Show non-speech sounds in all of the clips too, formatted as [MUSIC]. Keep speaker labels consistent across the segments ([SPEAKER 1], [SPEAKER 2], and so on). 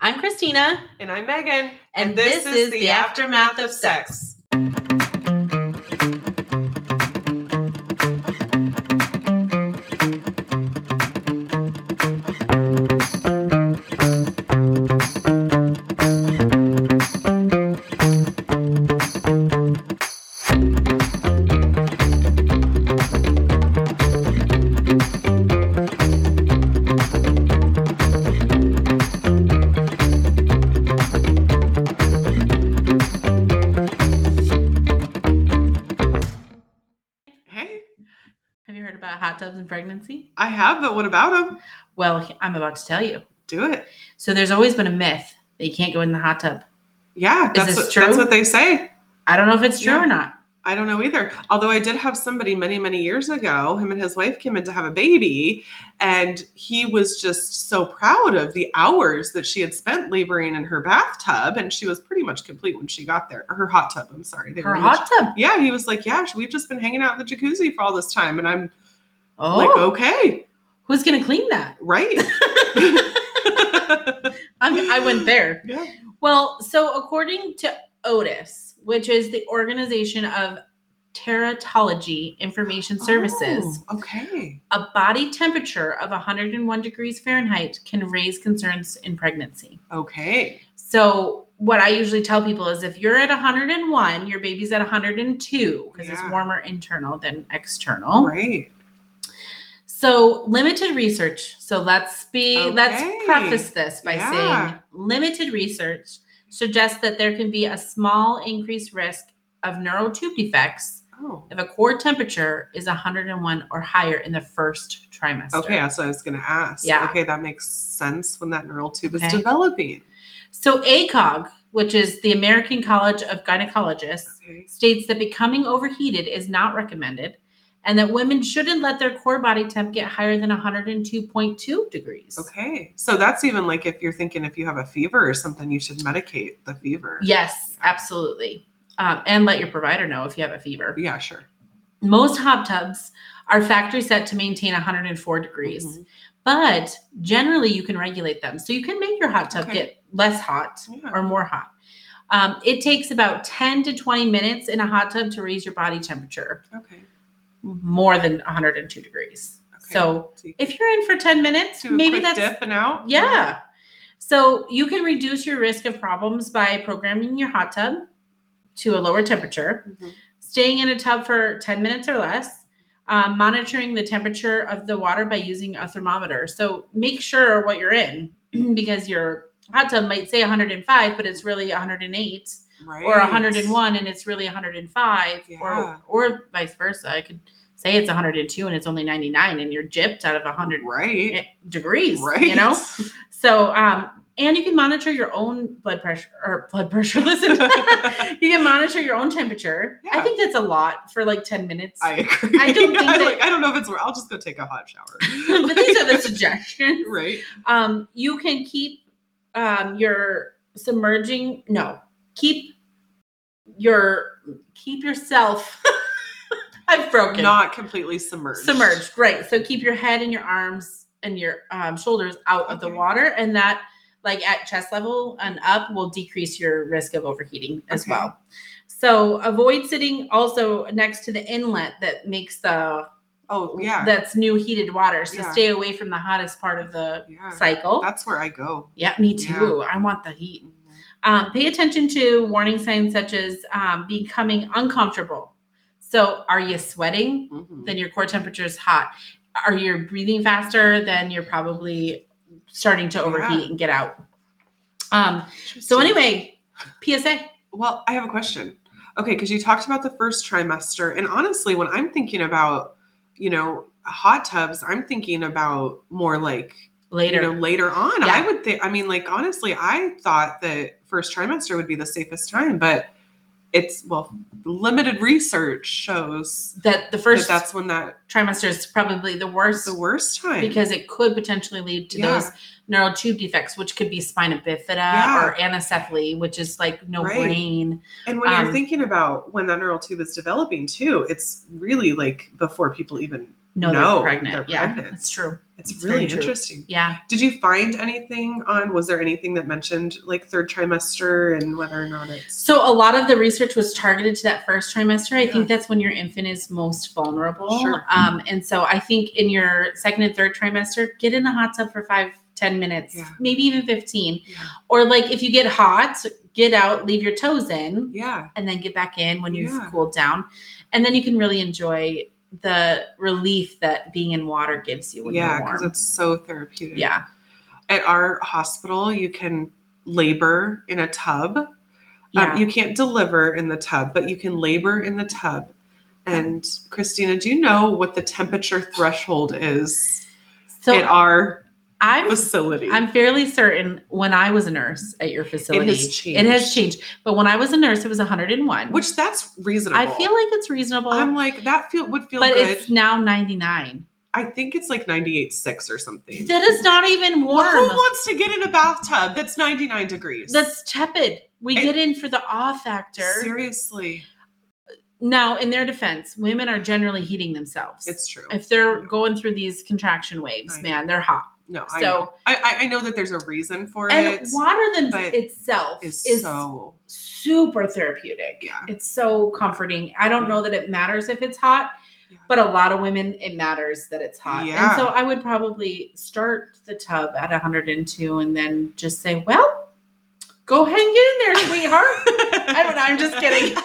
[SPEAKER 1] I'm Christina,
[SPEAKER 2] And I'm Megan.
[SPEAKER 1] and, this, is the aftermath of sex.
[SPEAKER 2] Hey,
[SPEAKER 1] Have you heard about hot tubs and pregnancy?
[SPEAKER 2] I have, but what about them?
[SPEAKER 1] Well, I'm about to tell you.
[SPEAKER 2] Do it.
[SPEAKER 1] So there's always been a myth that you can't go in the hot tub.
[SPEAKER 2] Yeah, that's
[SPEAKER 1] this
[SPEAKER 2] what,
[SPEAKER 1] true?
[SPEAKER 2] that's what they say.
[SPEAKER 1] I don't know if it's true
[SPEAKER 2] Yeah.
[SPEAKER 1] or not.
[SPEAKER 2] I don't know either. Although I did have somebody many, many years ago, him and his wife came in to have a baby, and he was just so proud of the hours that she had spent laboring in her bathtub, and she was pretty much complete when she got there. Or her hot tub, I'm sorry. They
[SPEAKER 1] Her
[SPEAKER 2] were in the
[SPEAKER 1] hot tub.
[SPEAKER 2] j- yeah, he was like, Yeah, we've just been hanging out in the jacuzzi for all this time. And I'm
[SPEAKER 1] Oh,
[SPEAKER 2] like, Okay,
[SPEAKER 1] who's gonna clean that?
[SPEAKER 2] right. [LAUGHS]
[SPEAKER 1] I'm, I went there.
[SPEAKER 2] yeah.
[SPEAKER 1] Well, so according to Otis, which is the organization of teratology information [LAUGHS] services,
[SPEAKER 2] Oh, okay.
[SPEAKER 1] a body temperature of 101 degrees Fahrenheit can raise concerns in pregnancy.
[SPEAKER 2] Okay.
[SPEAKER 1] So, what I usually tell people is if you're at 101, your baby's at 102 because
[SPEAKER 2] Yeah.
[SPEAKER 1] it's warmer internal than external.
[SPEAKER 2] Great.
[SPEAKER 1] So, limited research. So, let's be let's
[SPEAKER 2] Okay.
[SPEAKER 1] preface this by
[SPEAKER 2] Yeah.
[SPEAKER 1] saying limited research suggests that there can be a small increased risk of neural tube defects
[SPEAKER 2] Oh.
[SPEAKER 1] if a core temperature is 101 or higher in the first trimester.
[SPEAKER 2] Okay, that's what I was going to ask.
[SPEAKER 1] Yeah.
[SPEAKER 2] Okay, that makes sense when that neural tube is
[SPEAKER 1] Okay.
[SPEAKER 2] developing.
[SPEAKER 1] So, ACOG, which is the American College of Gynecologists,
[SPEAKER 2] Okay.
[SPEAKER 1] states that becoming overheated is not recommended and that women shouldn't let their core body temp get higher than 102.2 degrees.
[SPEAKER 2] Okay. So that's even like if you're thinking if you have a fever or something, you should medicate the fever.
[SPEAKER 1] Yes, absolutely. Um, and let your provider know if you have a fever.
[SPEAKER 2] Yeah, sure.
[SPEAKER 1] Most hot tubs are factory set to maintain 104 degrees,
[SPEAKER 2] Mhm.
[SPEAKER 1] but generally you can regulate them. So you can make your hot tub
[SPEAKER 2] Okay.
[SPEAKER 1] get less hot
[SPEAKER 2] Yeah.
[SPEAKER 1] or more hot. Um, it takes about 10 to 20 minutes in a hot tub to raise your body temperature
[SPEAKER 2] Okay.
[SPEAKER 1] more than 102 degrees.
[SPEAKER 2] Mm-hmm. Okay.
[SPEAKER 1] So
[SPEAKER 2] So you
[SPEAKER 1] if you're in for 10 minutes,
[SPEAKER 2] do a
[SPEAKER 1] maybe
[SPEAKER 2] quick
[SPEAKER 1] that's
[SPEAKER 2] dip and out.
[SPEAKER 1] yeah. So you can reduce your risk of problems by programming your hot tub to a lower temperature,
[SPEAKER 2] Mhm.
[SPEAKER 1] staying in a tub for 10 minutes or less, um, monitoring the temperature of the water by using a thermometer. So make sure what you're in [CLEARS THROAT] because your hot tub might say 105, but it's really 108
[SPEAKER 2] Right.
[SPEAKER 1] or 101 and it's really 105
[SPEAKER 2] Yeah.
[SPEAKER 1] or, or vice versa. I could say it's 102 and it's only 99 and you're gypped out of 100
[SPEAKER 2] Right.
[SPEAKER 1] degrees,
[SPEAKER 2] Right.
[SPEAKER 1] you know? So, um, and you can monitor your own blood pressure or blood pressure. [LAUGHS] Listen, you can monitor your own temperature. I
[SPEAKER 2] Yeah.
[SPEAKER 1] think that's a lot for like 10 minutes.
[SPEAKER 2] [LAUGHS] I agree.
[SPEAKER 1] I don't think
[SPEAKER 2] [LAUGHS] I,
[SPEAKER 1] that-
[SPEAKER 2] like, I don't know if it's where I'll just go take a hot shower.
[SPEAKER 1] [LAUGHS] [LAUGHS] but these are the suggestions.
[SPEAKER 2] [LAUGHS] right.
[SPEAKER 1] Um, you can keep um, your submerging, no, keep your, keep yourself. [LAUGHS] I've broken.
[SPEAKER 2] Not completely submerged.
[SPEAKER 1] submerged right so keep your head and your arms and your um, shoulders out of the
[SPEAKER 2] Okay.
[SPEAKER 1] water and that like at chest level and up will decrease your risk of overheating as
[SPEAKER 2] Okay.
[SPEAKER 1] well so avoid sitting also next to the inlet that makes the
[SPEAKER 2] Oh yeah.
[SPEAKER 1] that's new heated water so
[SPEAKER 2] Yeah.
[SPEAKER 1] stay away from the hottest part of the
[SPEAKER 2] yeah.
[SPEAKER 1] cycle
[SPEAKER 2] That's where I go.
[SPEAKER 1] yeah me
[SPEAKER 2] Yeah.
[SPEAKER 1] too i want the heat um, pay attention to warning signs such as um, becoming uncomfortable so are you sweating
[SPEAKER 2] Mhm.
[SPEAKER 1] then your core temperature is hot. Are you breathing faster? Then you're probably starting to overheat and get out. Um, so
[SPEAKER 2] Interesting.
[SPEAKER 1] anyway, PSA.
[SPEAKER 2] Well, I have a question. Okay, because you talked about the first trimester, and honestly, when I'm thinking about, you know, hot tubs, I'm thinking about more like
[SPEAKER 1] Later.
[SPEAKER 2] you know, later on.
[SPEAKER 1] Yeah.
[SPEAKER 2] I would think. I mean, like honestly, I thought that first trimester would be the safest time, but it's well, limited research shows
[SPEAKER 1] that the
[SPEAKER 2] that
[SPEAKER 1] first
[SPEAKER 2] that's when that
[SPEAKER 1] trimester is probably the worst
[SPEAKER 2] the worst time.
[SPEAKER 1] because it could potentially lead to
[SPEAKER 2] Yeah.
[SPEAKER 1] those neural tube defects, which could be spina bifida
[SPEAKER 2] Yeah.
[SPEAKER 1] or anencephaly, which is like no
[SPEAKER 2] Right.
[SPEAKER 1] brain.
[SPEAKER 2] and when
[SPEAKER 1] um,
[SPEAKER 2] you're thinking about when that neural tube is developing too, it's really like before people even
[SPEAKER 1] know
[SPEAKER 2] No,
[SPEAKER 1] they're pregnant.
[SPEAKER 2] they're
[SPEAKER 1] yeah,
[SPEAKER 2] pregnant.
[SPEAKER 1] that's true.
[SPEAKER 2] It's,
[SPEAKER 1] It's very
[SPEAKER 2] really
[SPEAKER 1] true.
[SPEAKER 2] interesting.
[SPEAKER 1] Yeah.
[SPEAKER 2] Did you find anything on? Was there anything that mentioned like third trimester and whether or not it's
[SPEAKER 1] So a lot of the research was targeted to that first trimester. I think that's when your infant is most vulnerable.
[SPEAKER 2] Sure.
[SPEAKER 1] Um, and so I think in your second and third trimester, get in the hot tub for five, 10 minutes,
[SPEAKER 2] Yeah.
[SPEAKER 1] maybe even 15.
[SPEAKER 2] Yeah.
[SPEAKER 1] Or like if you get hot, get out, leave your toes in.
[SPEAKER 2] yeah
[SPEAKER 1] and then get back in when you've
[SPEAKER 2] Yeah.
[SPEAKER 1] cooled down. And then you can really enjoy the relief that being in water gives you when
[SPEAKER 2] yeah
[SPEAKER 1] you're
[SPEAKER 2] because
[SPEAKER 1] warm.
[SPEAKER 2] it's so therapeutic.
[SPEAKER 1] Yeah.
[SPEAKER 2] At our hospital, you can labor in a tub.
[SPEAKER 1] Yeah.
[SPEAKER 2] Um, you can't deliver in the tub, but you can labor in the tub. And Christina, do you know what the temperature threshold is at
[SPEAKER 1] so
[SPEAKER 2] our
[SPEAKER 1] I'm
[SPEAKER 2] facility?
[SPEAKER 1] I'm fairly certain when I was a nurse at your facility. It has
[SPEAKER 2] changed.
[SPEAKER 1] changed. But when I was a nurse, it was 101.
[SPEAKER 2] Which that's reasonable.
[SPEAKER 1] I feel like it's reasonable.
[SPEAKER 2] I'm like that feel would feel
[SPEAKER 1] but
[SPEAKER 2] good.
[SPEAKER 1] it's now 99.
[SPEAKER 2] I think it's like 98.6 or something.
[SPEAKER 1] That is not even
[SPEAKER 2] Well, who
[SPEAKER 1] warm.
[SPEAKER 2] wants to get in a bathtub that's 99 degrees?
[SPEAKER 1] That's tepid. We
[SPEAKER 2] It-
[SPEAKER 1] get in for the awe factor.
[SPEAKER 2] seriously.
[SPEAKER 1] Now, in their defense, women are generally heating themselves.
[SPEAKER 2] It's true.
[SPEAKER 1] if they're going through these contraction waves,
[SPEAKER 2] I know.
[SPEAKER 1] man, they're hot.
[SPEAKER 2] no, I, know.
[SPEAKER 1] So
[SPEAKER 2] I I I know that there's a reason for
[SPEAKER 1] and
[SPEAKER 2] it.
[SPEAKER 1] water then
[SPEAKER 2] but
[SPEAKER 1] itself
[SPEAKER 2] Is
[SPEAKER 1] is
[SPEAKER 2] so
[SPEAKER 1] super therapeutic. [LAUGHS]
[SPEAKER 2] Yeah.
[SPEAKER 1] It's so comforting. I don't know that it matters if it's hot,
[SPEAKER 2] Yeah.
[SPEAKER 1] but a lot of women it matters that it's hot.
[SPEAKER 2] Yeah.
[SPEAKER 1] And so I would probably start the tub at 102 and then just say, "Well, go hang in there, sweetheart."
[SPEAKER 2] [LAUGHS] I
[SPEAKER 1] don't know, I'm just
[SPEAKER 2] [LAUGHS]
[SPEAKER 1] kidding.
[SPEAKER 2] like,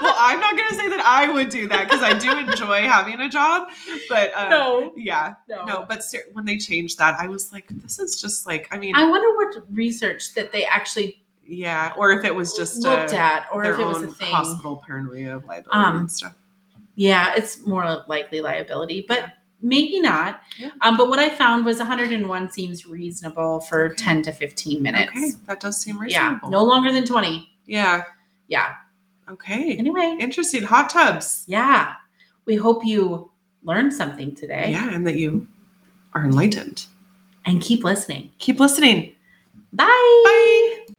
[SPEAKER 2] well, I'm not gonna say that I would do that because I do enjoy having a job, but uh,
[SPEAKER 1] no,
[SPEAKER 2] yeah,
[SPEAKER 1] no.
[SPEAKER 2] no. But ser- when they changed that, I was like, this is just like, I mean,
[SPEAKER 1] I wonder what research that they actually
[SPEAKER 2] yeah. Or if it was just
[SPEAKER 1] looked
[SPEAKER 2] a,
[SPEAKER 1] at or
[SPEAKER 2] their
[SPEAKER 1] if it was
[SPEAKER 2] own
[SPEAKER 1] a thing.
[SPEAKER 2] hospital paranoia of liability
[SPEAKER 1] Um,
[SPEAKER 2] and stuff.
[SPEAKER 1] Yeah, it's more likely liability, but maybe not.
[SPEAKER 2] Yeah.
[SPEAKER 1] Um, but what I found was 101 seems reasonable for
[SPEAKER 2] Okay.
[SPEAKER 1] 10 to 15 minutes.
[SPEAKER 2] Okay, that does seem
[SPEAKER 1] Yeah,
[SPEAKER 2] reasonable.
[SPEAKER 1] no longer than 20.
[SPEAKER 2] Yeah.
[SPEAKER 1] Yeah.
[SPEAKER 2] Okay.
[SPEAKER 1] Anyway,
[SPEAKER 2] Interesting. Hot tubs.
[SPEAKER 1] yeah. We hope you learned something today
[SPEAKER 2] Yeah, and that you are enlightened.
[SPEAKER 1] and keep listening.
[SPEAKER 2] Keep listening.
[SPEAKER 1] Bye.
[SPEAKER 2] Bye.